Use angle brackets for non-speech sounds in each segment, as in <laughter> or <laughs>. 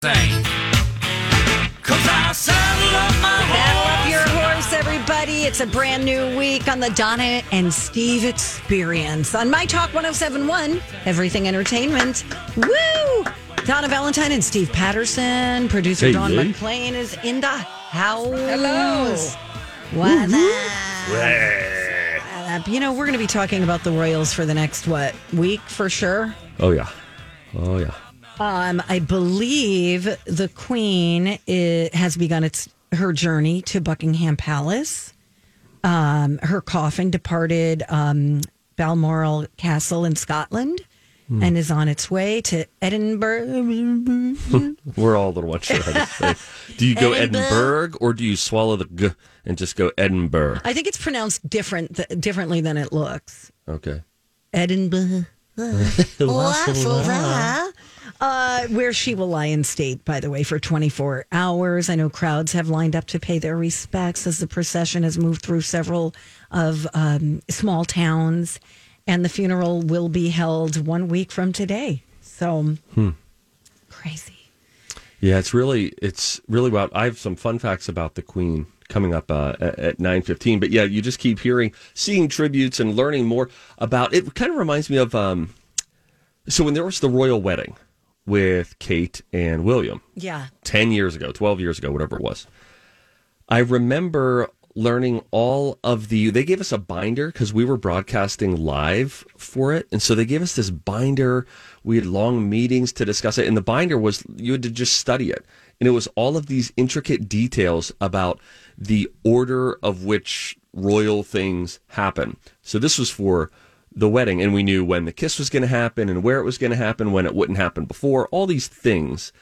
thing. Cause I saddle up my Saddle up horse. your horse, everybody. It's a brand new week on the Donna and Steve Experience on My Talk 1071, Everything Entertainment. Woo! Donna Valentine and Steve Patterson, producer Hey, Don hey. McClain is in the house. Hello. What up? You know, we're going to be talking about the Royals for the next, what, week for sure? Oh yeah, oh yeah. Um, I believe the Queen i has begun its her journey to Buckingham Palace. Um, her coffin departed um, Balmoral Castle in Scotland and is on its way to Edinburgh. We're all a little unsure <laughs> how to say. Do you go Edinburgh or do you swallow the g and just go Edinburgh? I think it's pronounced different th- differently than it looks. Okay. Edinburgh. Uh, where she will lie in state, by the way, for 24 hours. I know crowds have lined up to pay their respects as the procession has moved through several of um, small towns, and the funeral will be held one week from today. So crazy. Yeah, it's really it's really wild. I have some fun facts about the Queen coming up uh, at- at nine fifteen. But yeah, you just keep hearing, seeing tributes, and learning more about it. Kind of reminds me of um, so when there was the royal wedding with Kate and William. Yeah. 10 years ago, 12 years ago, whatever it was. I remember learning all of the they gave us a binder because we were broadcasting live for it and so they gave us this binder we had long meetings to discuss it and the binder was you had to just study it and it was all of these intricate details about the order of which royal things happen so this was for the wedding and we knew when the kiss was going to happen and where it was going to happen when it wouldn't happen before all these things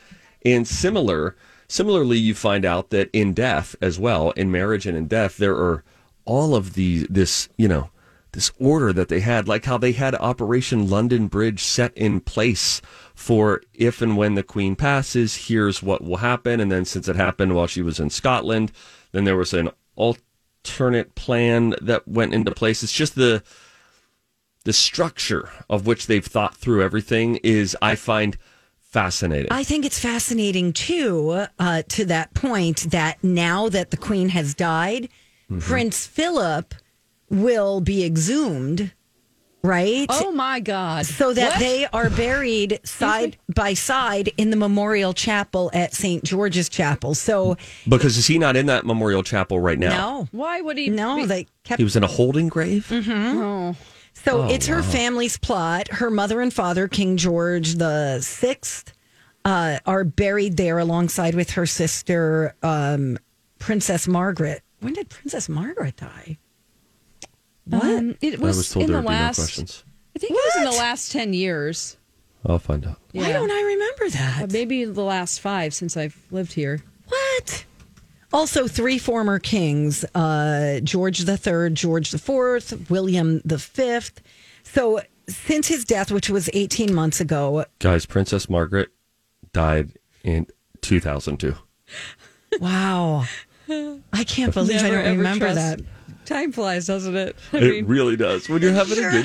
and similar, similarly, you find out that in death as well, in marriage and in death, there are all of these this you know this order that they had, like how they had Operation London Bridge set in place for if and when the Queen passes, here's what will happen, and then since it happened while she was in Scotland, then there was an alternate plan that went into place. It's just the the structure of which they've thought through everything is I find fascinating. I think it's fascinating too, uh, to that point that now that the Queen has died, Prince Philip will be exhumed, right? Oh my God. so that What? they are buried side by side in the memorial chapel at St. George's Chapel. So Because is he not in that memorial chapel right now? no, Why would he? no, be- they kept. He was in a holding grave? Oh. so it's her family's plot. Her mother and father, King George the Sixth, uh, are buried there alongside with her sister, um, Princess Margaret. When did Princess Margaret die? What? Um, it was, I was told in there the would be no last. questions. I think it was in the What? last ten years. I'll find out. Why don't I remember that? But maybe the last five since I've lived here. What? Also, three former kings uh, George III, George IV, William V. So, since his death, which was 18 months ago, <laughs> Guys, Princess Margaret died in 2002. wow. I can't believe Never, I don't ever remember trust. that. Time flies, doesn't it? <laughs> I it really does. When you're having a good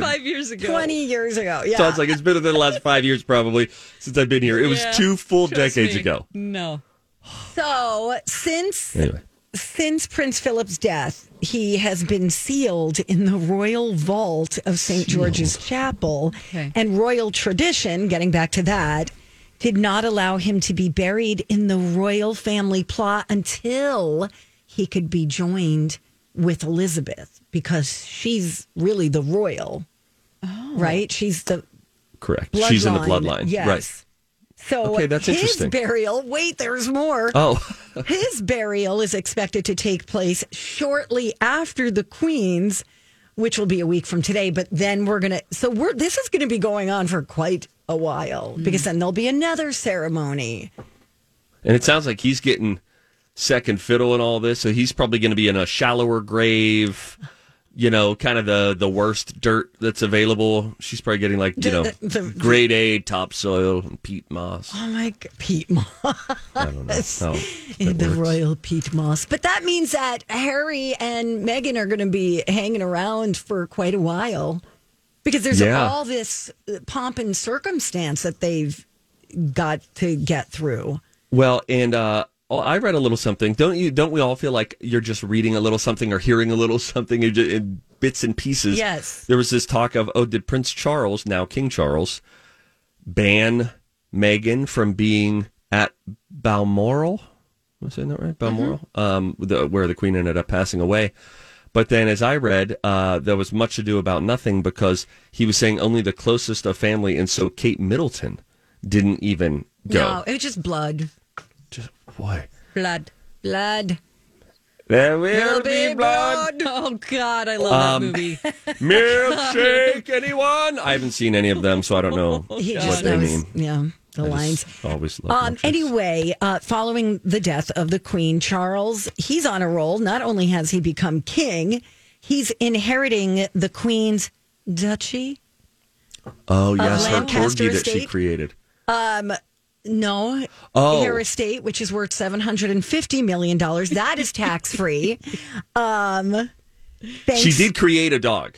<laughs> five years ago. 20 years ago. Yeah. Sounds like it's been within the last five years, probably, since I've been here. It was Yeah, two full trust decades me. ago. No. so, since Anyway, since Prince Philip's death, he has been sealed in the royal vault of St. George's Chapel. Okay. And royal tradition, getting back to that, did not allow him to be buried in the royal family plot until he could be joined with Elizabeth because she's really the royal, right? She's the Correct. bloodline. She's in the bloodline. Yes. Right. So Okay, that's his interesting. burial, wait, there's more. Oh, <laughs> His burial is expected to take place shortly after the Queen's, which will be a week from today. But then we're gonna so we're this is gonna be going on for quite a while because then there'll be another ceremony. and it sounds like he's getting second fiddle in all this, so he's probably going to be in a shallower grave. You know, kind of the the worst dirt that's available. She's probably getting like you know The- the- the- grade A topsoil and peat moss. Oh my g- Pete <laughs> Moss, I don't <laughs> know. how that the works. royal Pete Moss. But that means that Harry and Meghan are going to be hanging around for quite a while because there's Yeah. all this uh, pomp and circumstance that they've got to get through. Well, and uh, oh, I read a little something. Don't you? Don't we all feel like you're just reading a little something or hearing a little <laughs> something in, in bits and pieces? Yes. There was this talk of oh, did Prince Charles now King Charles ban Meghan from being at Balmoral? Am I saying that right? Mm-hmm. Balmoral, um, the, where the Queen ended up passing away. But then, as I read, uh, there was much ado about nothing because he was saying only the closest of family, and so Kate Middleton didn't even go. No, it was just blood. Just why? Blood. Blood. There will be blood. Oh God, I love Um, that movie. <laughs> Milkshake, anyone? I haven't seen any of them, so I don't know <laughs> He what just they knows. mean. Yeah, the I lines. just Always love Um, milkshakes. anyway, uh, following the death of the Queen, Charles, he's on a roll. Not only has he become king, he's inheriting the Queen's duchy. Oh yes, her Lancaster corgi that she estate? created. No, Oh. her estate, which is worth seven hundred and fifty million dollars, that is tax <laughs> free. um, thanks- She did create a dog.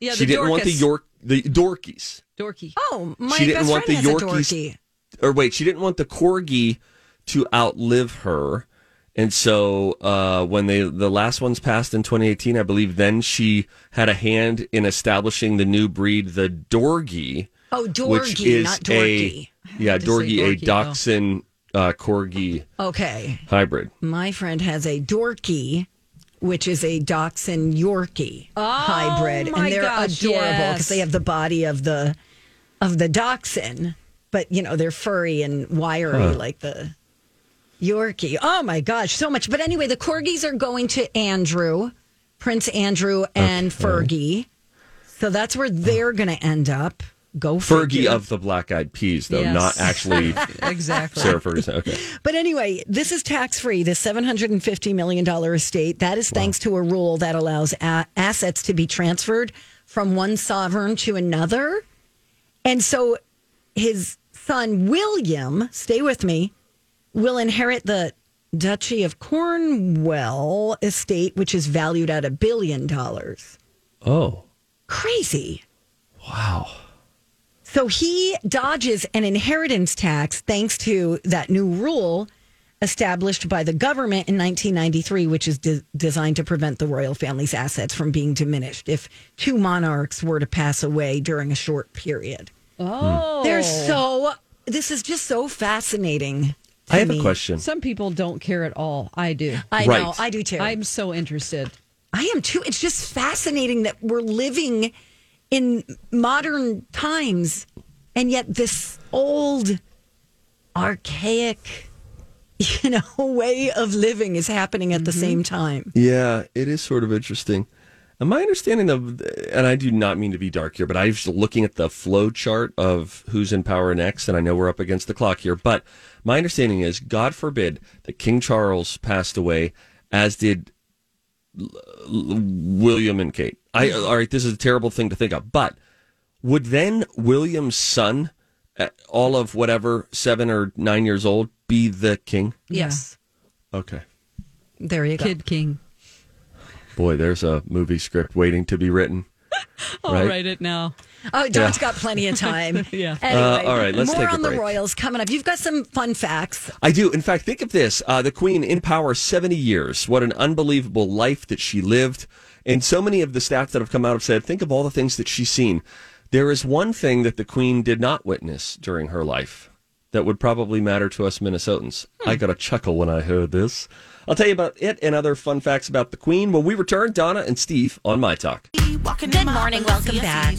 Yeah, she the didn't want the Dorcas. York the Dorkies. Dorky. Oh, my she didn't best want the friend has a Yorkies- dorky. Or wait, she didn't want the corgi to outlive her. And so uh, when they the last ones passed in 2018, I believe then she had a hand in establishing the new breed, the Dorgie. Oh, which dorky, is not dorky. a yeah to say dorgy, a dorky, though. dachshund uh, corgi okay. hybrid. My friend has a dorky, which is a dachshund Yorkie hybrid, Oh my and they're gosh, adorable because yes. they have the body of the of the dachshund, but you know they're furry and wiry like the Yorkie. Oh my gosh, so much! But anyway, the corgis are going to Andrew, Prince Andrew, and Fergie. So that's where they're going to end up. Go Fergie figure. of the Black Eyed Peas, though Yes. <laughs> not actually <laughs> Exactly. Sarah Ferguson. Okay, But anyway, this is tax free. This seven hundred and fifty million dollar estate that is thanks to a rule that allows a- assets to be transferred from one sovereign to another, and so his son William, stay with me, will inherit the Duchy of Cornwall estate, which is valued at a billion dollars. oh Crazy. wow, So he dodges an inheritance tax thanks to that new rule established by the government in 1993, which is de- designed to prevent the royal family's assets from being diminished if two monarchs were to pass away during a short period. Oh, They're so, this is just so fascinating. to I have me. a question. Some people don't care at all. I do. I Right. know, I do too. I'm so <laughs> interested. I am too. It's just fascinating that we're living in modern times and yet this old, archaic, <laughs> you know, way of living is happening at the Mm-hmm. same time. Yeah, it is sort of interesting. And my understanding of, and I do not mean to be dark here, but I was looking at the flow chart of who's in power next, and I know we're up against the clock here, but my understanding is, God forbid, that King Charles passed away, as did L- L- William and Kate. I all right, this is a terrible thing to think of, but would then William's son, at all of whatever seven or nine years old, be the king? Yes. Okay. There you go. Kid King. Boy, there's a movie script waiting to be written. I'll Right. write it now. Oh, Dawn's got plenty of time. <laughs> Yeah. Anyway, Uh, all right, let's more take a on the break. Royals coming up. You've got some fun facts. I do. In fact, think of this uh, the Queen in power 70 years. What an unbelievable life that she lived. And so many of the stats that have come out have said, think of all the things that she's seen. There is one thing that the Queen did not witness during her life that would probably matter to us Minnesotans. I Hmm. got a chuckle when I heard this. I'll tell you about it and other fun facts about the Queen when we return. Donna and Steve on My Talk. Good morning. Welcome back.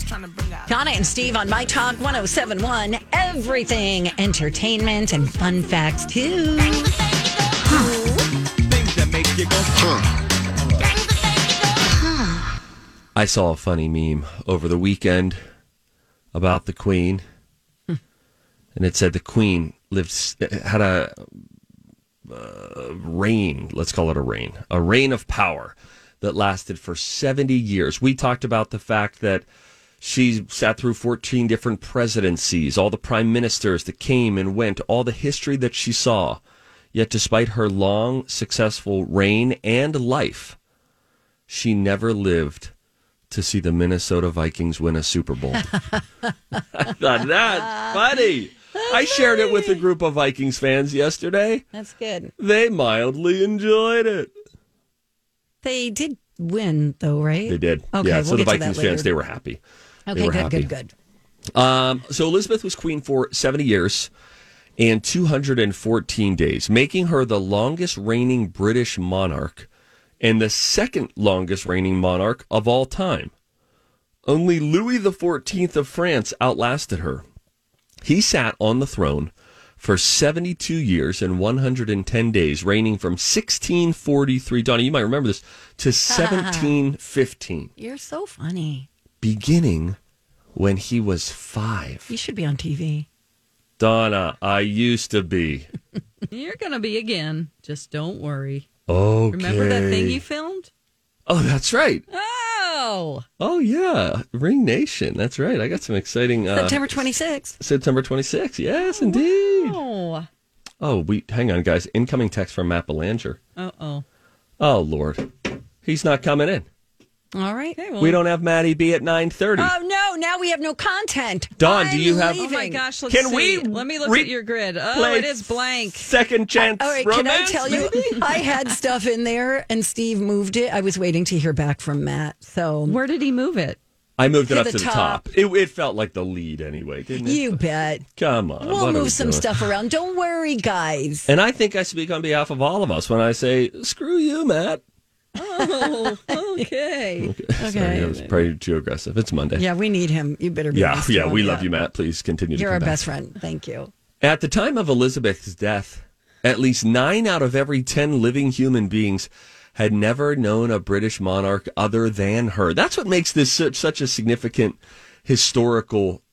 Donna and Steve on My Talk 1071. Everything entertainment and fun facts, too. I saw a funny meme over the weekend about the Queen, and it said the Queen lives had a uh, reign. Let's call it a reign, a reign of power that lasted for seventy years. We talked about the fact that she sat through fourteen different presidencies, all the prime ministers that came and went, all the history that she saw. Yet, despite her long, successful reign and life, she never lived to see the Minnesota Vikings win a <laughs> Super Bowl. I thought that's funny. I shared it with a group of Vikings fans yesterday. That's good. They mildly enjoyed it. They did win, though, right? They did. Okay, yeah, we'll so the get to that Vikings fans, later. they were happy. Okay, they were good, happy. good, good. Um, so Elizabeth was queen for 70 years and 214 days, making her the longest reigning British monarch and the second longest reigning monarch of all time. Only Louis XIV of France outlasted her. He sat on the throne for 72 years and 110 days, reigning from 1643, Donna, you might remember this, to 1715, You're so funny. beginning when he was five. You should be on TV. Donna, I used to be. <laughs> You're going to be again. Just don't worry. Okay. Remember that thing you filmed? Oh, that's right. Oh, Oh, yeah. Ring Nation. That's right. I got some exciting. Uh, September 26th. September 26th. Yes, indeed. oh, Oh, we hang on, guys. Incoming text from Matt Belanger. uh oh. Oh, Lord. He's not coming in. All right. We don't have Maddie B at 930. Oh, no. Now we have no content. Don, do I'm you have- Oh leaving. my gosh! Let's Can see. we Let me look re- at your grid. Oh, play- it is blank. Second chance. All right, can I romance, tell you? <laughs> maybe? I had stuff in there and Steve moved it. I was waiting to hear back from Matt. So Where did he move it? I moved it To up the to the top. top. It, it felt like the lead anyway, didn't it? you bet. Come on. We'll what are we move some doing? stuff around. Don't worry, guys. And I think I speak on behalf of all of us when I say, screw you, Matt. Oh, <laughs> okay. Okay. <laughs> Sorry, I was probably too aggressive. It's Monday. Yeah, we need him. You better be Yeah, nice to yeah, him. we love you, Matt. Please continue to You're come our back. best friend. Thank you. At the time of Elizabeth's death, at least nine out of every 10 living human beings had never known a British monarch other than her. That's what makes this such, such a significant historical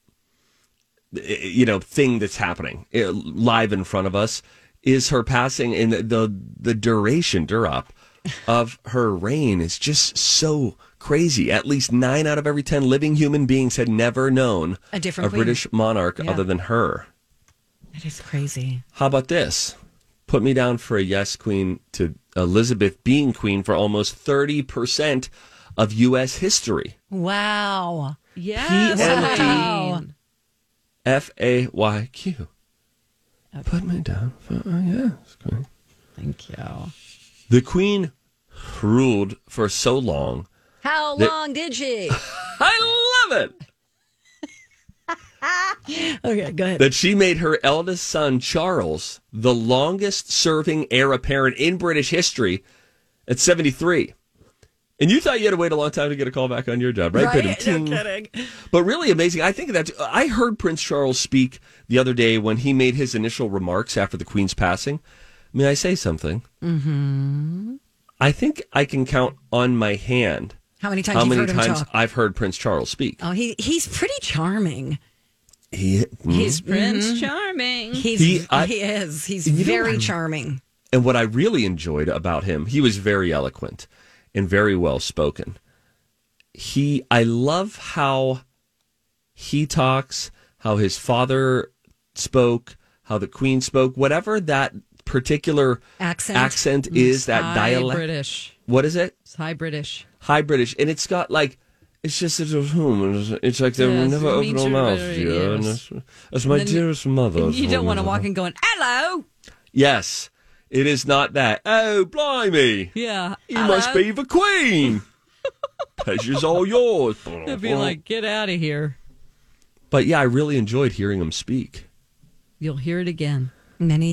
eh, you know thing that's happening eh, live in front of us is her passing and the the, the duration durup of her reign is just so crazy at least 9 out of every 10 living human beings had never known A different queen. british monarch other than her That is crazy. how about this? Put me down for a yes queen to Elizabeth being queen for almost 30% of U.S. history. Wow. Yes. PMD. Wow. F A Y Q. Put me down for a yes queen. Thank you. The queen ruled for so long. How The- long did she? I love it okay, go ahead. that she made her eldest son, Charles, the longest serving heir apparent in British history at 73. And you thought you had to wait a long time to get a call back on your job, right? Ba-dum-ting. But really amazing. I think that I heard Prince Charles speak the other day when he made his initial remarks after the Queen's passing. May I say something? Mm-hmm. I think I can count on my hand How many times how you've many heard him times talk? I've heard Prince Charles speak. Oh, he he's pretty charming. He, He's Prince Charming. He's he, He- I- is. He's You know, very I'm- charming. and what I really enjoyed about him, he was very eloquent and very well spoken. He, I love how he talks, how his father spoke, how the queen spoke, whatever that particular Accent. is, that Mm-hmm. High dialect. British. What is it? It's high British. High British, and it's got like. It's just it's, hmm, it's like they Yes, never it open means their you're mouth. very- Yeah, and yes. that's, that's my Then you- dearest <laughs> mother. You don't want to walk in going, hello. Yes, it is not that. Oh, blimey! Yeah. You must be the queen. Pleasure's all yours. It'd be like, get out of here. but yeah, I really enjoyed hearing him speak. You'll hear it again. Many.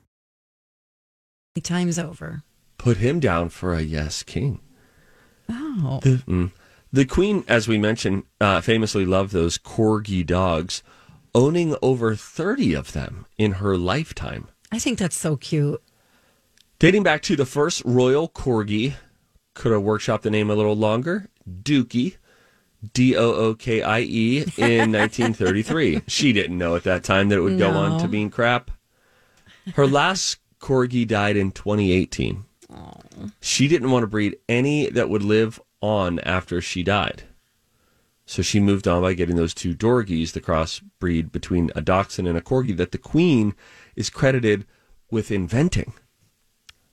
Time's over. Put him down for a yes king. Oh. Mm. The queen, as we mentioned, uh, famously loved those corgi dogs, owning over 30 of them in her lifetime. I think that's so cute. Dating back to the first royal corgi, could have workshopped the name a little longer, Dookie, D O O K I E, in 1933. She didn't know at that time that it would go on to No. being crap. Her last corgi died in 2018. She didn't want to breed any that would live on after she died. So she moved on by getting those two dorgies, the crossbreed between a dachshund and a corgi that the queen is credited with inventing.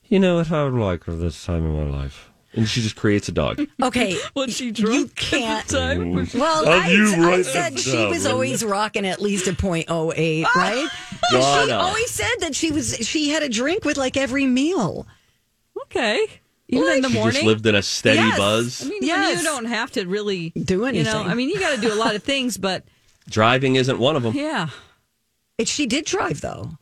You know what I would like for this time in my life? And she just creates a dog. Okay. <laughs> Was she drunk You at the <laughs> can't. Mm. time? Was she- Well, Have I, you I write said it she down, was Linda? always rocking at least <laughs> a .08, right? God, she no. always said that she was she had a drink with like every meal. Okay. Even in the she morning. just lived in a steady Yes. I buzz. mean, Yes. you don't have to really Do You know, anything. I mean, you got to do a lot of things, but Driving isn't one of them. yeah, It, she did drive though.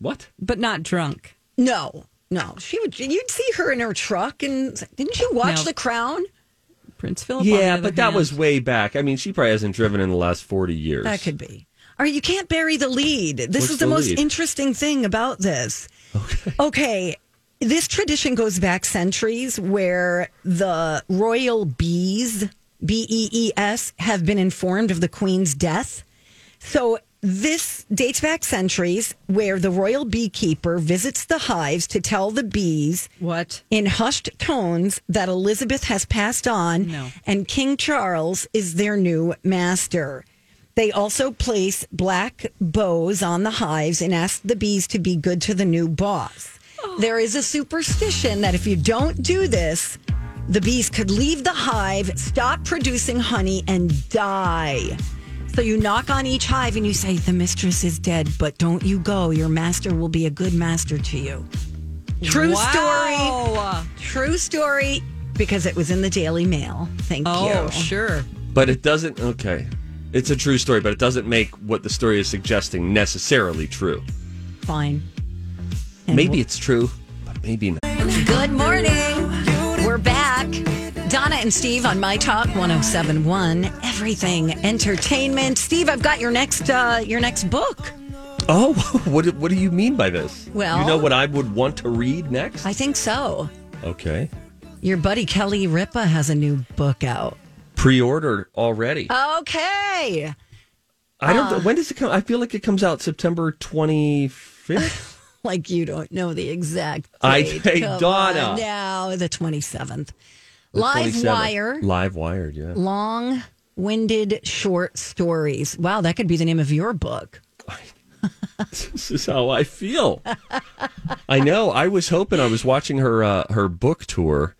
What? but not drunk. No, no, she would. You'd see her in her truck, and didn't you watch No. The Crown? Prince Philip. on the Yeah, other but that hand. was way back. I mean, she probably hasn't driven in the last 40 years. That could be. All right, you can't bury the lead. This What's is the, the most lead? interesting thing about this. Okay. This tradition goes back centuries where the royal bees, B E E S, have been informed of the queen's death. So this dates back centuries where the royal beekeeper visits the hives to tell the bees what? in hushed tones that Elizabeth has passed on No. and King Charles is their new master. They also place black bows on the hives and ask the bees to be good to the new boss. Oh. There is a superstition that if you don't do this, the bees could leave the hive, stop producing honey, and die. So you knock on each hive and you say, The mistress is dead, but don't you go. Your master will be a good master to you. True story. Wow. True story because it was in the Daily Mail. Thank Oh, you. sure. But it doesn't. Okay. It's a true story, but it doesn't make what the story is suggesting necessarily true. Fine. Maybe it's true, but maybe not. Good morning. We're back. Donna and Steve on My Talk 1071. Everything entertainment. Steve, I've got your next uh your next book. Oh, <laughs> what, do- what do you mean by this? Well- you know what I would want to read next? I think so. Okay. Your buddy Kelly Ripa has a new book out. Pre ordered already. Okay. I Uh, don't. when does it come? I feel like it comes out September 25th. Like you don't know the exact I date. think Come Donna. on Now the 27th. The Live 27th. wire. Live wired, yeah. long winded short stories. Wow, that could be the name of your book. this is how <laughs> I feel. I know. I was hoping I was watching her uh, her book tour,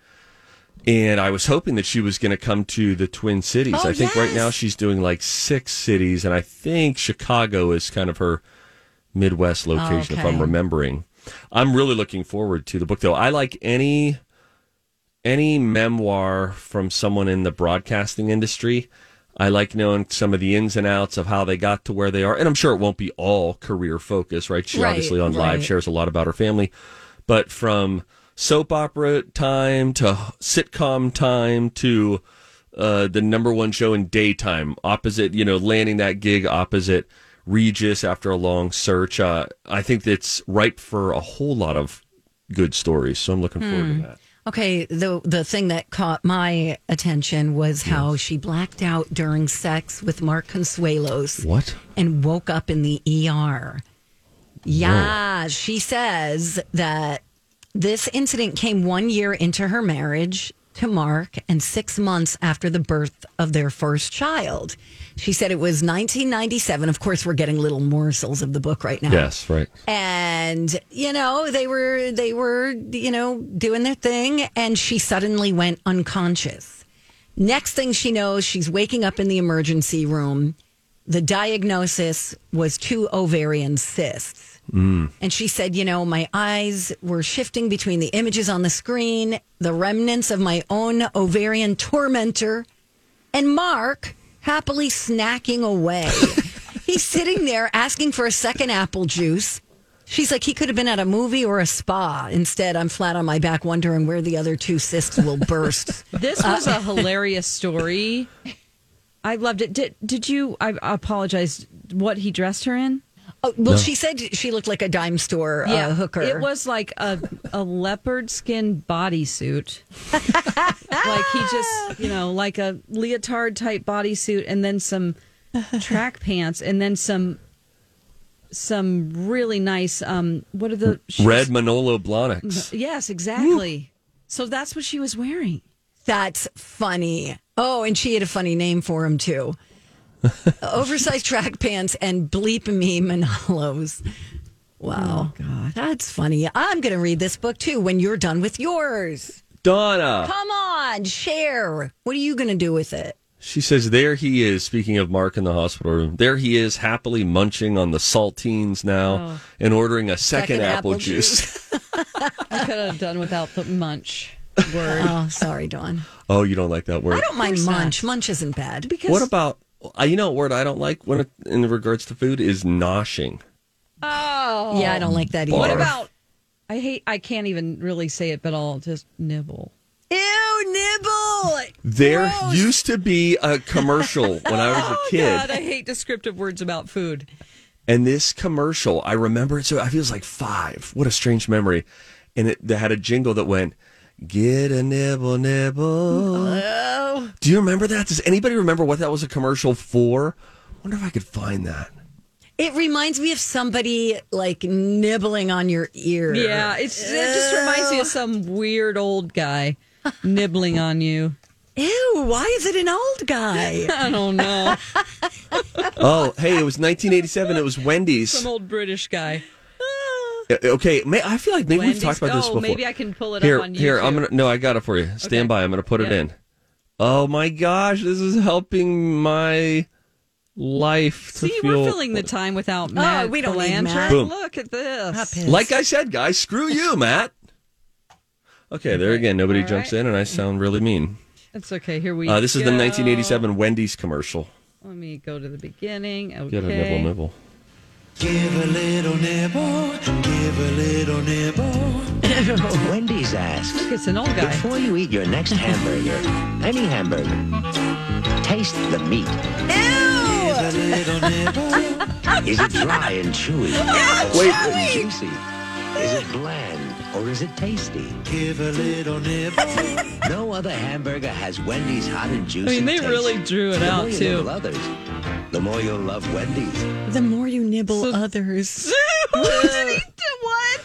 and I was hoping that she was going to come to the Twin Cities. Oh, I think right now yes. she's doing like six cities, and I think Chicago is kind of her Midwest location, if okay. I'm remembering. I'm really looking forward to the book, though. I like any any memoir from someone in the broadcasting industry. I like knowing some of the ins and outs of how they got to where they are. And I'm sure it won't be all career focus, right? She Right, obviously on right. live shares a lot about her family. But from soap opera time to sitcom time to uh, the number one show in daytime, opposite, you know, landing that gig opposite Regis after a long search. Uh, I think it's ripe for a whole lot of good stories. So I'm looking forward Hmm. to that. Okay, the the thing that caught my attention was how she blacked out during sex with Mark Consuelos What? and woke up in the ER. Yeah, she says that this incident came 1 year into her marriage to Mark and 6 months after the birth of their first child. She said it was 1997. Of course, we're getting little morsels of the book right now Yes, right. and you know they were they were you know doing their thing and she suddenly went unconscious next thing she knows she's waking up in the emergency room the diagnosis was two ovarian cysts and she said you know my eyes were shifting between the images on the screen the remnants of my own ovarian tormentor and Mark happily snacking away. He's sitting there asking for a second apple juice. She's like, he could have been at a movie or a spa. Instead, I'm flat on my back wondering where the other two cysts will burst. This was a hilarious story. I loved it. Did did you? I apologize. What he dressed her in? Oh, well, she said she looked like a dime store uh, hooker. It was like a a leopard skin bodysuit. <laughs> like he just, you know, like a leotard type bodysuit and then some <laughs> track pants and then some some really nice um what are the shoes? Red Manolo Blahniks. Yes, exactly. So that's what she was wearing. That's funny. Oh, and she had a funny name for <laughs> him too. Oversized track pants and bleep me Manolos. Oh, Wow. God. That's funny. I'm going to read this book too when you're done with yours. Donna. Come on, share. What are you going to do with it? She says, There he is, speaking of Mark in the hospital room, there he is happily munching on the saltines now and ordering a second, apple, juice. I could have done without the <laughs> munch word. oh, sorry, Dawn. <laughs> oh, you don't like that word. I don't mind munch. Munch isn't bad. Because What about, uh, you know, a word I don't like when it, in regards to food is noshing. oh yeah, I don't like that either. What What about I hate I can't even really say it, but I'll just nibble. Ew, nibble. There used to be a commercial when I was a kid. Oh, God, I hate descriptive words about food. And this commercial, I remember it. So I was like five. What a strange memory. And it they had a jingle that went, Get a nibble, nibble. Do you remember that? Does anybody remember what that was a commercial for? wonder if I could find that. It reminds me of somebody like nibbling on your ear. Yeah, it's, it just reminds me of some weird old guy nibbling on you. <laughs> Ew, why is it an old guy? I don't know. Oh, hey, it was 1987. It was Wendy's. Some old British guy. Uh, Okay, may, I feel like maybe Wendy's- we've talked about this oh, before. maybe I can pull it up here, on Here, I'm YouTube. gonna. No, I got it for you. Stand Okay. by. I'm gonna put it Yeah. in. Oh my gosh, this is helping my life. See, to we're feel- filling the time without Matt. Oh, we don't need Belanger. Matt. Boom. Look at this. Like I said, guys, screw you, Matt. Okay, there again, nobody All jumps right. in, and I sound really mean. It's okay. Here we. Uh, this go. is the 1987 Wendy's commercial. Let me go to the beginning. Okay. Get a nibble, nibble. Give a little nibble, give a little nibble. Wendy's asks, It's an old guy. before you eat your next hamburger, any hamburger, taste the meat. Is it dry and chewy? <laughs> Wait, juicy? Is it bland or is it tasty? Give a little nibble. <laughs> no other hamburger has Wendy's hot and I juicy. mean, they taste. really drew it the out, more you too. nibble others, the more you'll love Wendy's. The more you nibble <laughs> others. what?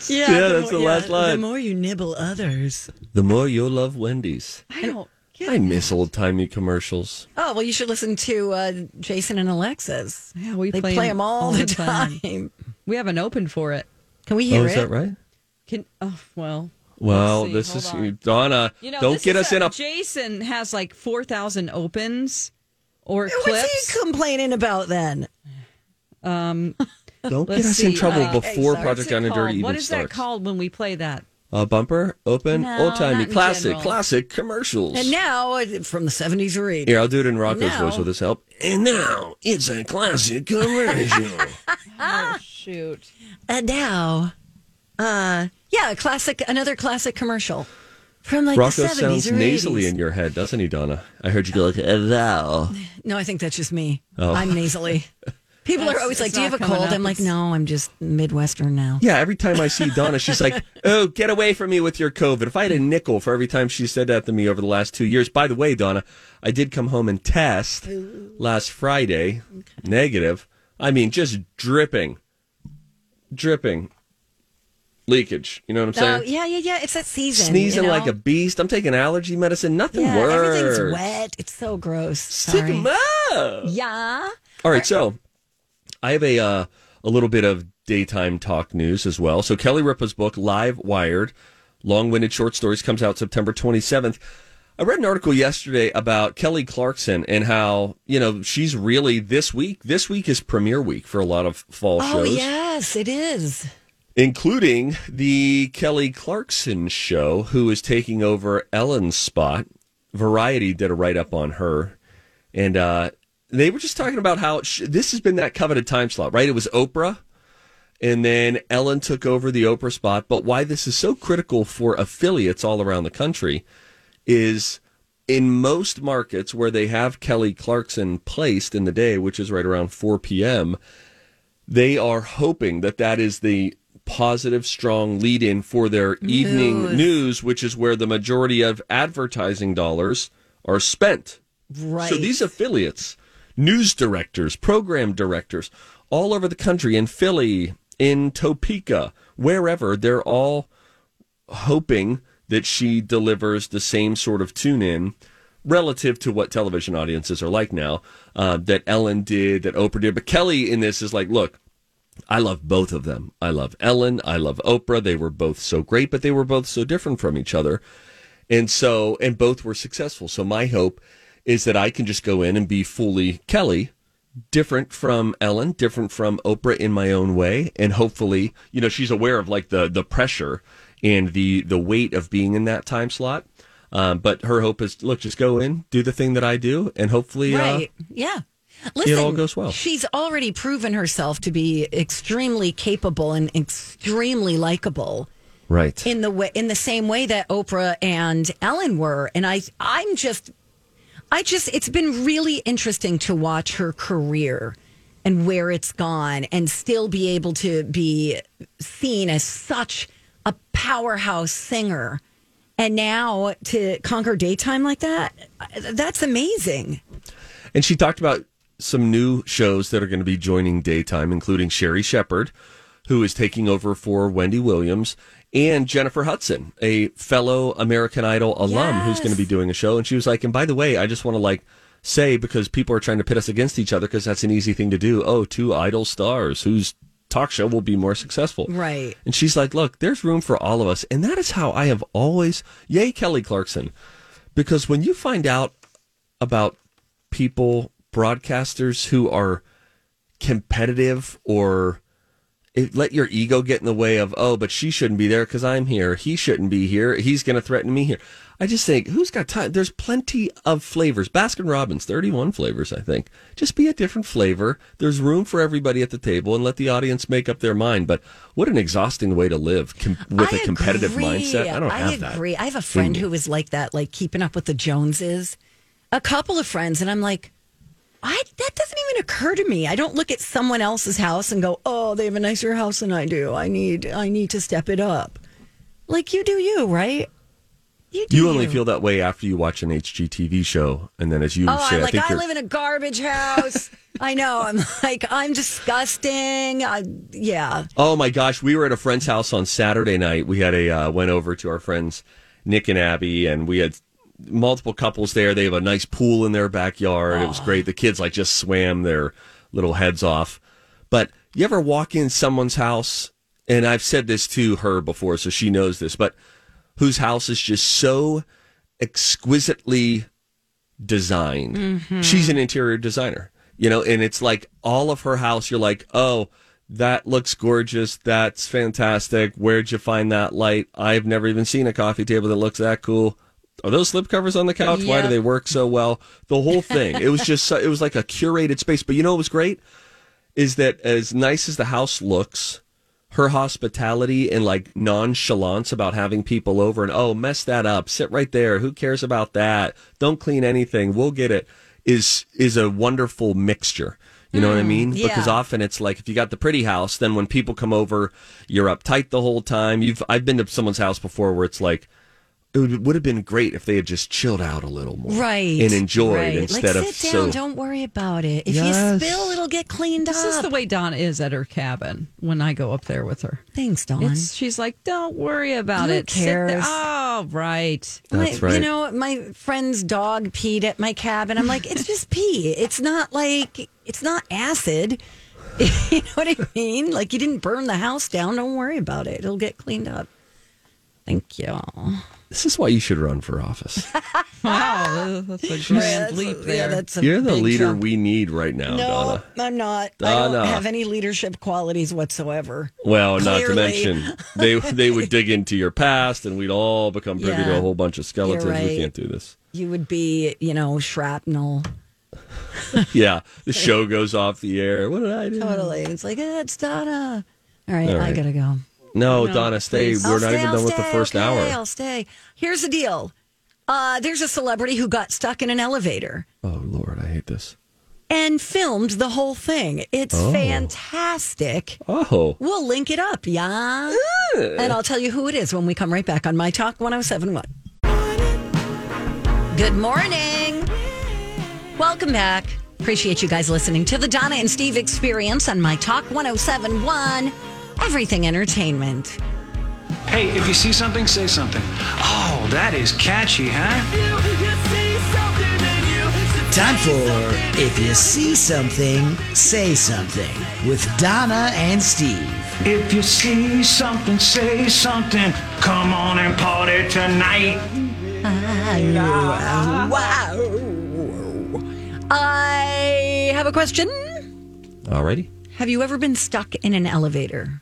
Yeah, Yeah, that's the last line. The more you nibble others. The more you'll love Wendy's. I don't. Get I miss old timey commercials. Oh, well, you should listen to uh, Jason and Alexis. Yeah, we they play play, 'em them all, the time. We haven't opened for it. Can we hear oh, it? is that right? Can oh well. Well, see, this hold is on. Donna. You know, don't this get is us in a. Jason has like four thousand opens or What's clips. he complaining about then? don't get Let's us in see, trouble uh, before sorry. Project Down and Dirty even What is starts. that called when we play that? A bumper, open, No, old timey, not in classic, general. classic commercials. And now, uh, from the 70s or 80s. Here, I'll do it in Rocco's Now- voice. Will this help? And now it's <laughs> a classic commercial. Oh shoot! And now, uh, yeah, a classic, another classic commercial from like Rocco the 70s sounds or 80s. nasally in your head, doesn't he, Donna? I heard you go like, "Thou." No, I think that's just me. Oh. <laughs> I'm nasally. People are It's- it's always like, "Do you not have a coming cold?" up. I'm like, "No, I'm just Midwestern now." Yeah, every time I see Donna, she's <laughs> like, "Oh, get away from me with your COVID." If I had a nickel for every time she said that to me over the last two years. By the way, Donna, I did come home and test last Friday, negative. I mean, just dripping, dripping, leakage. You know what I'm Oh, saying? yeah, yeah, yeah. It's that season. Sneezing you know? like a beast. I'm taking allergy medicine. Nothing yeah, works. everything's wet. It's so gross. Stick Sorry. 'em up. Yeah. All right, so I have a uh, a little bit of daytime talk news as well. So Kelly Ripa's book, Live Wired, long-winded short stories, comes out September 27th. I read an article yesterday about Kelly Clarkson and how you know she's really this week. This week is premiere week for a lot of fall Oh shows yes, it is. including the Kelly Clarkson show, who is taking over Ellen's spot. Variety did a write up on her, and uh, they were just talking about how sh- this has been that coveted time slot, right? It was Oprah, and then Ellen took over the Oprah spot. But why this is so critical for affiliates all around the country is. In most markets where they have Kelly Clarkson placed in the day, which is right around 4 p.m., they are hoping that that is the positive, strong lead in for their evening news, which is where the majority of advertising dollars are spent. Right. So these affiliates, news directors, program directors, all over the country, in Philly, in Topeka, wherever, they're all hoping that she delivers the same sort of tune in relative to what television audiences are like now uh, that Ellen did, that Oprah did. But Kelly in this is like, look, I love both of them. I love Ellen. I love Oprah. They were both so great, but they were both so different from each other. And so, and both were successful. So, my hope is that I can just go in and be fully Kelly, different from Ellen, different from Oprah in my own way. And hopefully, you know, she's aware of like the, the pressure and the, the weight of being in that time slot. Um, but her hope is look, just go in, do the thing that I do, and hopefully, uh, Right. Yeah. Listen, all goes well. She's already proven herself to be extremely capable and extremely likable right. in the way in the same way that Oprah and Ellen were. And I I'm just I just it's been really interesting to watch her career and where it's gone and still be able to be seen as such a powerhouse singer. And now to conquer daytime like that, that's amazing. And she talked about some new shows that are going to be joining daytime, including Sherry Shepard, who is taking over for Wendy Williams, and Jennifer Hudson, a fellow American Idol alum who's going to be doing a show. And she was like, and by the way, I just want to like say because people are trying to pit us against each other because that's an easy thing to do. Oh, two idol stars whose talk show will be more successful. Right. And she's like, look, there's room for all of us. And that is how I have always, yay, Kelly Clarkson. Because when you find out about people, broadcasters who are competitive or it, let your ego get in the way of, oh, but she shouldn't be there because I'm here. He shouldn't be here. He's going to threaten me here. I just think, who's got time? There's plenty of flavors. Baskin Robbins, 31 flavors, I think. Just be a different flavor. There's room for everybody at the table and let the audience make up their mind. But what an exhausting way to live com- with a a competitive mindset. I don't have that. agree. I have a friend me. who was like that, like keeping up with the Joneses. A couple of friends, and I'm like, I that doesn't even occur to me. I don't look at someone else's house and go, "Oh, they have a nicer house than I do. I need, I need to step it up." Like you do, you right? do. You only feel that way after you watch an HGTV show, and then as you Oh, I'm say, I like, think I you're, live in a garbage <laughs> house. I know. I'm like, I'm disgusting. I, yeah. oh my gosh, we were at a friend's house on Saturday night. We had a uh, went over to our friends Nick and Abby, and we had multiple couples there. They have a nice pool in their backyard. It was great. The kids like just swam their little heads off. But you ever walk in someone's house, and I've said this to her before, so she knows this, but whose house is just so exquisitely designed. She's an interior designer, you know, and it's like all of her house, you're like, oh, that looks gorgeous. That's fantastic. Where'd you find that light? I've never even seen a coffee table that looks that cool. Are those slipcovers on the couch? Why do Yep. they work so well? The whole thing. It was just, so- it was like a curated space. But you know what was great? Is that as nice as the house looks, her hospitality and like nonchalance about having people over and oh mess that up sit right there who cares about that don't clean anything we'll get it is is a wonderful mixture You know what I mean? Mm, yeah. Because often it's like if you got the pretty house, then when people come over, you're uptight the whole time. You've I've been to someone's house before where it's like it would, would have been great if they had just chilled out a little more, Right. and enjoyed right. instead like, of sit so. down, don't worry about it. If Yes. you spill, it'll get cleaned This up. is the way Dawn is at her cabin when I go up there with her. Thanks, Dawn. It's, she's like, don't worry about Who it. Sit there." cares? Oh, right. That's My- right. You know, my friend's dog peed at my cabin. I'm like, it's just pee. It's not like it's not acid. <laughs> you know what I mean? Like you didn't burn the house down. Don't worry about it. It'll get cleaned up. Thank you. This is why you should run for office. Wow, that's a grand leap there. Yeah, Ah! that's a You're the big leader jump. we need right now, No, Donna. I'm not. I Donna. don't have any leadership qualities whatsoever. Well, not to Clearly. mention they they would dig into your past, and we'd all become privy to Yeah. a whole bunch of skeletons. right. We can't do this. You would be, you know, shrapnel. Yeah, the show goes off the air. What did I do? Totally. It's like, eh, it's Donna. All right, All I right. gotta go. No, Donna, stay. please. We're I'll not Oh, stay, even I'll done with the stay, first okay, hour. I'll stay. Here's the deal. Uh, there's a celebrity who got stuck in an elevator Oh Lord, I hate this. and filmed the whole thing. It's fantastic. Oh, We'll link it up, yeah. And I'll tell you who it is when we come right back on My Talk 1071. Good morning. Welcome back. Appreciate you guys listening to the Donna and Steve experience on My Talk 1071, Everything Entertainment. Hey, if you see something, say something. Oh, that is catchy, huh? Time for If You See Something, Say Something with Donna and Steve. If you see something, say something. Come on and party tonight. Wow. I have a question. alrighty. Have you ever been stuck in an elevator?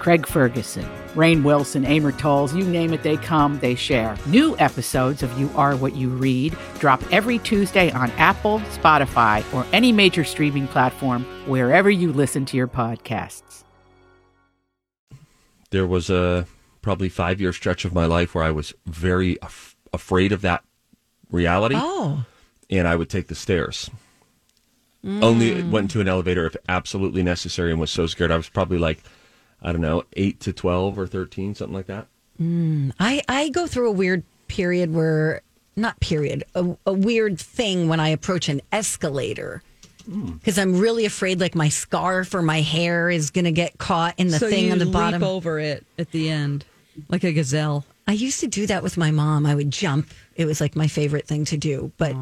Craig Ferguson, Rain Wilson, Amor Tolls, you name it, they come, they share. New episodes of You Are What You Read drop every Tuesday on Apple, Spotify, or any major streaming platform wherever you listen to your podcasts. there was a probably five year stretch of my life where I was very af- afraid of that reality, Oh. and I would take the stairs. Only went to an elevator if absolutely necessary, and was so scared. I was probably like, I don't know, eight to twelve or thirteen, something like that. <laughs> I, I go through a weird period where, not period, a, a weird thing when I approach an escalator. Hmm. Because I'm really afraid, like my scarf or my hair is going to get caught in the so thing you on the leap bottom. over it at the end, like a gazelle. I used to do that with my mom. I would jump. It was like my favorite thing to do. But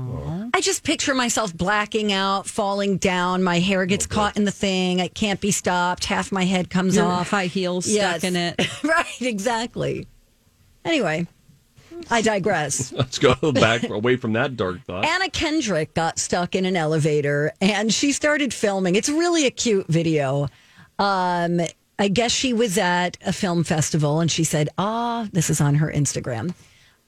I just picture myself blacking out, falling down. My hair gets caught in the thing. It can't be stopped. Half my head comes Your off. <laughs> high heels Yes. stuck in <laughs> it. right, exactly. Anyway, I digress. Let's go back away from that dark thought. Anna Kendrick got stuck in an elevator and she started filming. It's really a cute video. Um, I guess she was at a film festival and she said, Ah, this is on her Instagram.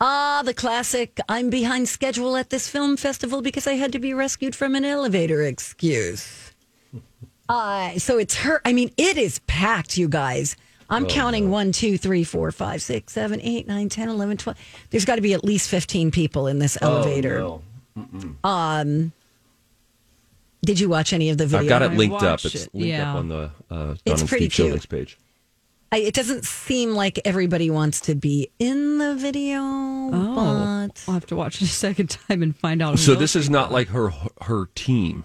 Ah, the classic, I'm behind schedule at this film festival because I had to be rescued from an elevator excuse. <laughs> Uh, so it's her. I mean, it is packed, you guys. Oh, I'm counting one, two, three, four, five, six, seven, eight, nine, 10, 11, 12. There's got to be at least 15 people in this elevator. Oh, no. Did you watch any of the video? I've got it I linked up. watched It's it, linked yeah. up on the uh, Don It's and pretty Steve Show cute. links page. I, it doesn't seem like everybody wants to be in the video. Oh, but- I'll have to watch it a second time and find out. who So those this is people not like her her team.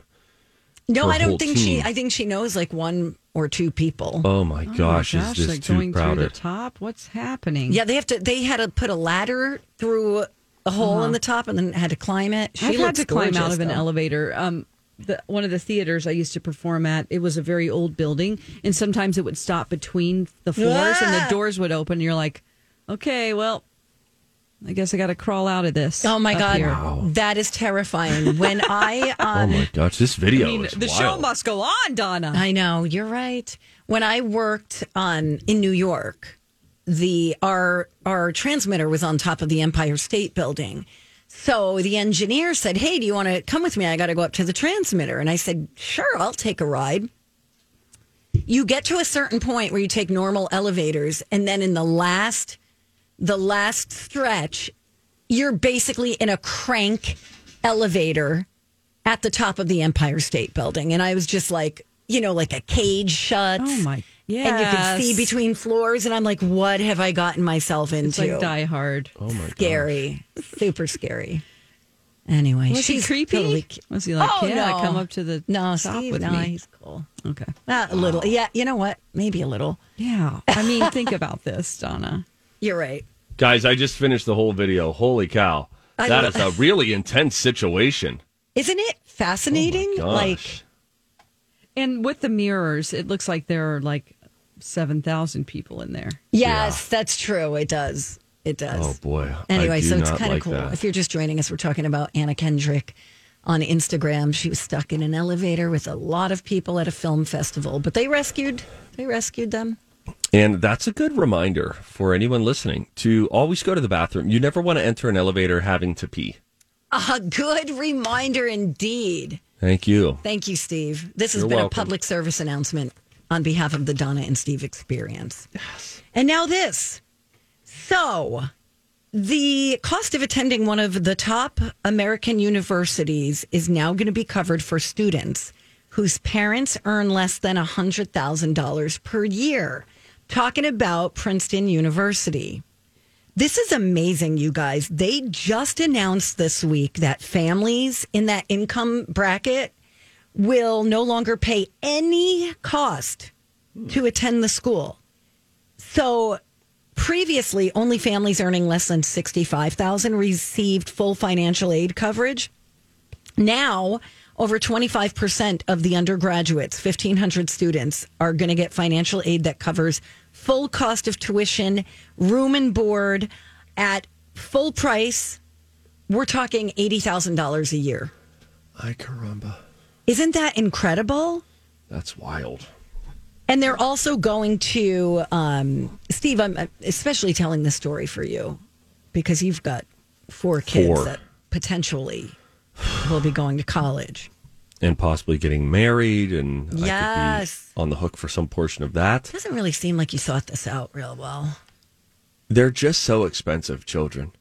no, her I don't whole think she. team. I think she knows like one or two people. Oh my are. gosh, oh my gosh is this like too going through crowded? the top? What's happening? Yeah, they have to. They had to put a ladder through a hole in the top and then had to climb it. She Uh-huh. I've had looks to climb out gorgeous, of an though. elevator. Um, the, one of the theaters I used to perform at, it was a very old building, and sometimes it would stop between the floors, and Ah! the doors would open. And you're like, okay, well, I guess I got to crawl out of this. Uh, Oh my up god, here." that is <laughs> terrifying. When I, oh um, my gosh, this video I mean, is the show wild. must go on, Donna. I know you're right. When I worked um, in New York, the our our transmitter was on top of the Empire State Building, So the engineer said, Hey, do you want to come with me? I got to go up to the transmitter. And I said, Sure, I'll take a ride. You get to a certain point where you take normal elevators, and then in the last, the last stretch, you're basically in a crank elevator at the top of the Empire State Building. And I was just like, you know, like a cage shuts. Oh my! And you can see Yes. between floors, and I'm like, what have I gotten myself into? It's like Die Hard. Oh my <laughs> scary, super scary. Anyway, Was he she's creepy? totally cu- Was he like, Oh, yeah, no. come up to the No, top Steve, with no, me? he's cool. Okay. Uh, A little, yeah. You know what? Maybe a little. Yeah. I mean, think about this, Donna. You're right. Guys, I just finished the whole video. Holy cow. I That love- is a really intense <laughs> situation. Oh Isn't it fascinating? Gosh. like, And with the mirrors, it looks like there are like 7,000 people in there. yes, that's true. It does. It does. oh boy. I Anyway, do so it's not kind of like cool. that. If you're just joining us, we're talking about Anna Kendrick on Instagram. She was stuck in an elevator with a lot of people at a film festival, but they rescued they rescued them. And that's a good reminder for anyone listening to always go to the bathroom. You never want to enter an elevator having to pee. A good reminder indeed. Thank you. Thank you, Steve. This has You're been welcome. a public service announcement on behalf of the Donna and Steve experience. Yes. And now this. So, the cost of attending one of the top American universities is now going to be covered for students whose parents earn less than $100,000 per year. Talking about Princeton University. This is amazing, you guys. They just announced this week that families in that income bracket will no longer pay any cost to attend the school. So previously, only families earning less than 65,000 received full financial aid coverage. Now, over 25% of the undergraduates, 1,500 students, are going to get financial aid that covers full cost of tuition, room and board at full price. We're talking $80,000 a year. Ay, caramba. Isn't that incredible? That's wild. And they're also going to, um, Steve, I'm especially telling this story for you because you've got four kids Four. that potentially will be going to college. And possibly getting married, Yes. and I could be on the hook for some portion of that. Doesn't really seem like you thought this out real well. They're just so expensive, children.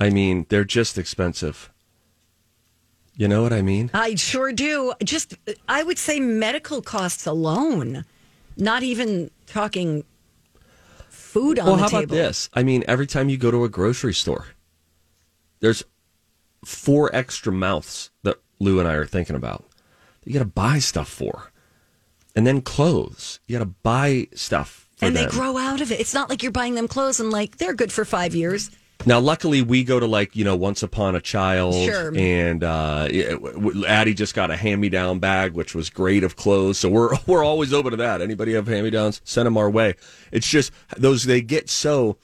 I mean, they're just expensive. You know what I mean? I sure do. Just, I would say medical costs alone, not even talking food on well, the how table. about this? I mean, every time you go to a grocery store, there's four extra mouths that Lou and I are thinking about. That you got to buy stuff for, and then clothes. You got to buy stuff. For And they them. grow out of it. It's not like you're buying them clothes and like they're good for five years. Now, luckily, we go to like you know, Once Upon a Child, Sure. and uh, it- w- w- Addie just got a hand-me-down bag, which was great of clothes. So we're <laughs> we're always open to that. Anybody have hand-me-downs? Send them our way. It's just those they get so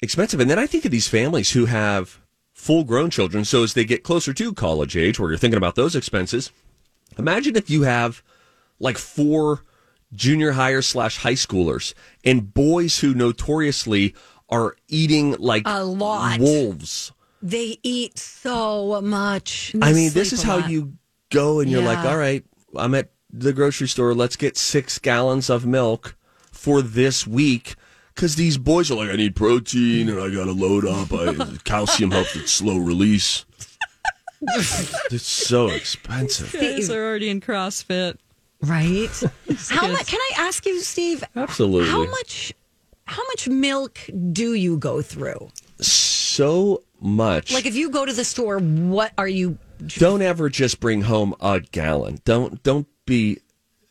expensive, and then I think of these families who have full-grown children. So as they get closer to college age, where you're thinking about those expenses, imagine if you have like four junior higher slash high schoolers and boys who notoriously are eating like A lot. wolves. They eat so much. I mean, Sleep this is a how lot. you go and you're like, Yeah. all right, I'm at the grocery store. Let's get six gallons of milk for this week. Because these boys are like, I need protein and I got to load up. I, calcium helps with slow release. <laughs> it's so expensive. Guys are already in CrossFit. <laughs> Right? how kids. much? Can I ask you, Steve? Absolutely. How much? How much milk do you go through? So much. Like, if you go to the store, what are you? don't ever just bring home a gallon. Don't don't be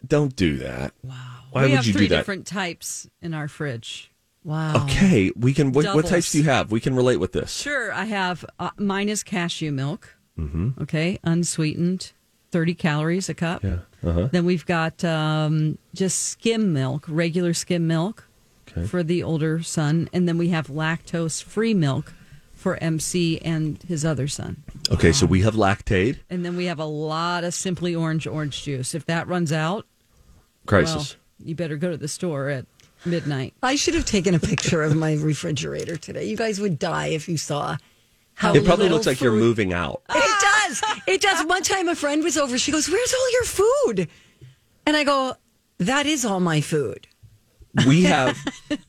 don't do that. Wow. Why we would have you three do that? different types in our fridge. Wow. Okay, we can. What, what Doubles. types do you have? We can relate with this. Sure, I have uh, mine is cashew milk. Mhm. Okay, unsweetened, thirty calories a cup. Yeah. Uh-huh. Then we've got um, just skim milk, regular skim milk Okay. for the older son, and then we have lactose free milk for MC and his other son. Okay, so we have lactate And then we have a lot of simply orange orange juice. If that runs out, crisis. well, you better go to the store at midnight. I should have taken a picture of my refrigerator today. You guys would die if you saw How it probably little looks like you're food- moving out. <laughs> It does. It does. One time a friend was over. She goes, Where's all your food? And I go, That is all my food. We have,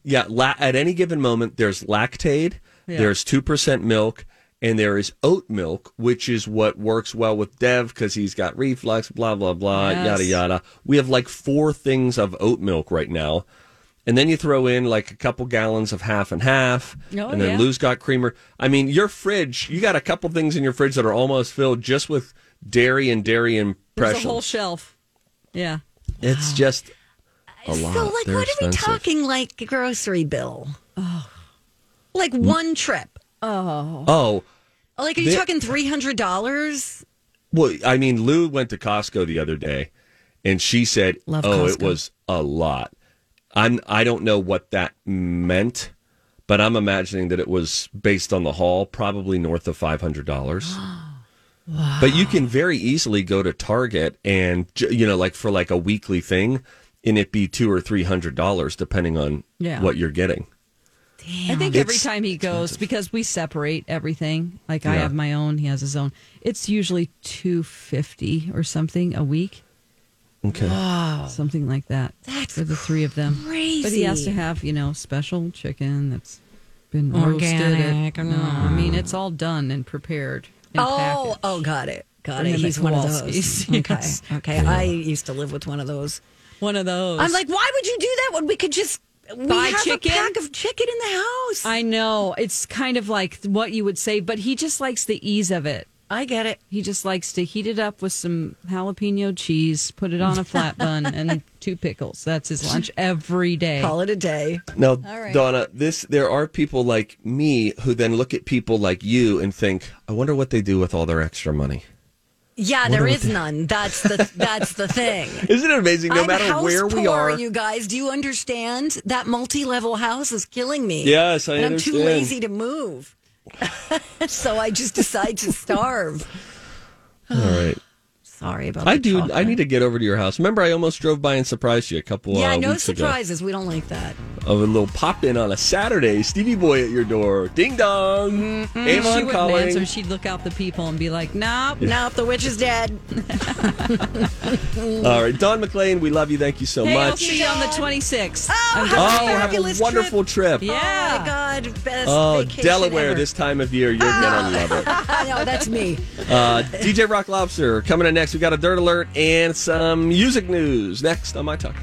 yeah, la- at any given moment, there's lactaid, Yeah. there's 2% milk, and there is oat milk, which is what works well with Dev because he's got reflux, blah, blah, blah, Yes. yada, yada. We have like four things of oat milk right now. And then you throw in like a couple gallons of half and half. Oh, and then yeah. Lou's got creamer. I mean, your fridge, you got a couple things in your fridge that are almost filled just with dairy and dairy There's impressions. a whole shelf. Yeah. It's just a lot. So, like, They're what are we expensive. talking like grocery bill? Oh. Like one trip. Oh. Oh, Like, are you They- talking $300? well, I mean, Lou went to Costco the other day, and she said, Love "Oh, it Costco. was a lot." I'm I don't know what that meant, but I'm imagining that it was based on the haul, probably north of five hundred <gasps> dollars. But you can very easily go to Target and ju- you know, like for like a weekly thing, and it be two or three hundred dollars depending on Yeah. what you're getting. I think every It's- time he goes, because we separate everything. Like I Yeah. have my own, he has his own. It's usually two fifty or something a week. Okay. something like that. That's for the three of them. But he has crazy. to have you know special chicken that's been Organic Organic or roasted. No, I mean it's all done and prepared. And Oh, packaged. oh, got it. Got From it. the He's one of Kowalskis, those. yes. <laughs> Okay. Okay. I used to live with one of those. One of those. I'm like, why would you do that when we could just we Buy have chicken? a pack of chicken in the house? I know it's kind of like what you would say, but he just likes the ease of it. I get it. He just likes to heat it up with some jalapeno cheese, put it on a flat bun, and two pickles. That's his lunch every day. Call it a day. Now, right. Donna, this there are people like me who then look at people like you and think, I wonder what they do with all their extra money. Yeah, Wonder there what is they- none. That's <laughs> the that's the thing. Isn't it amazing? No I'm matter house where poor, we are, you guys, do you understand? That multi-level house is killing me. Yes, I and I'm too understand. lazy to move, <laughs> so I just decide to starve. all right. Sorry about I the do. chocolate. I need to get over to your house. Remember, I almost drove by and surprised you a couple. yeah, uh, no weeks surprises. We don't like <laughs> that. Ago. Of a little pop in on a Saturday, Stevie Boy at your door. Ding dong. Avon she wouldn't calling. answer. She'd look out the people and be like, "Nope, nope, the witch is dead." All right, Don McLean, we love you. Thank you so hey, I'll much. see you on the 26th. Oh, Oh, have a Fabulous wonderful trip. Yeah. Oh my god, best Oh, vacation Delaware ever. <laughs> this time of year, you're gonna love it. no, that's me. Uh, DJ Rock Lobster coming in next. We got a dirt alert and some music news next on my talk.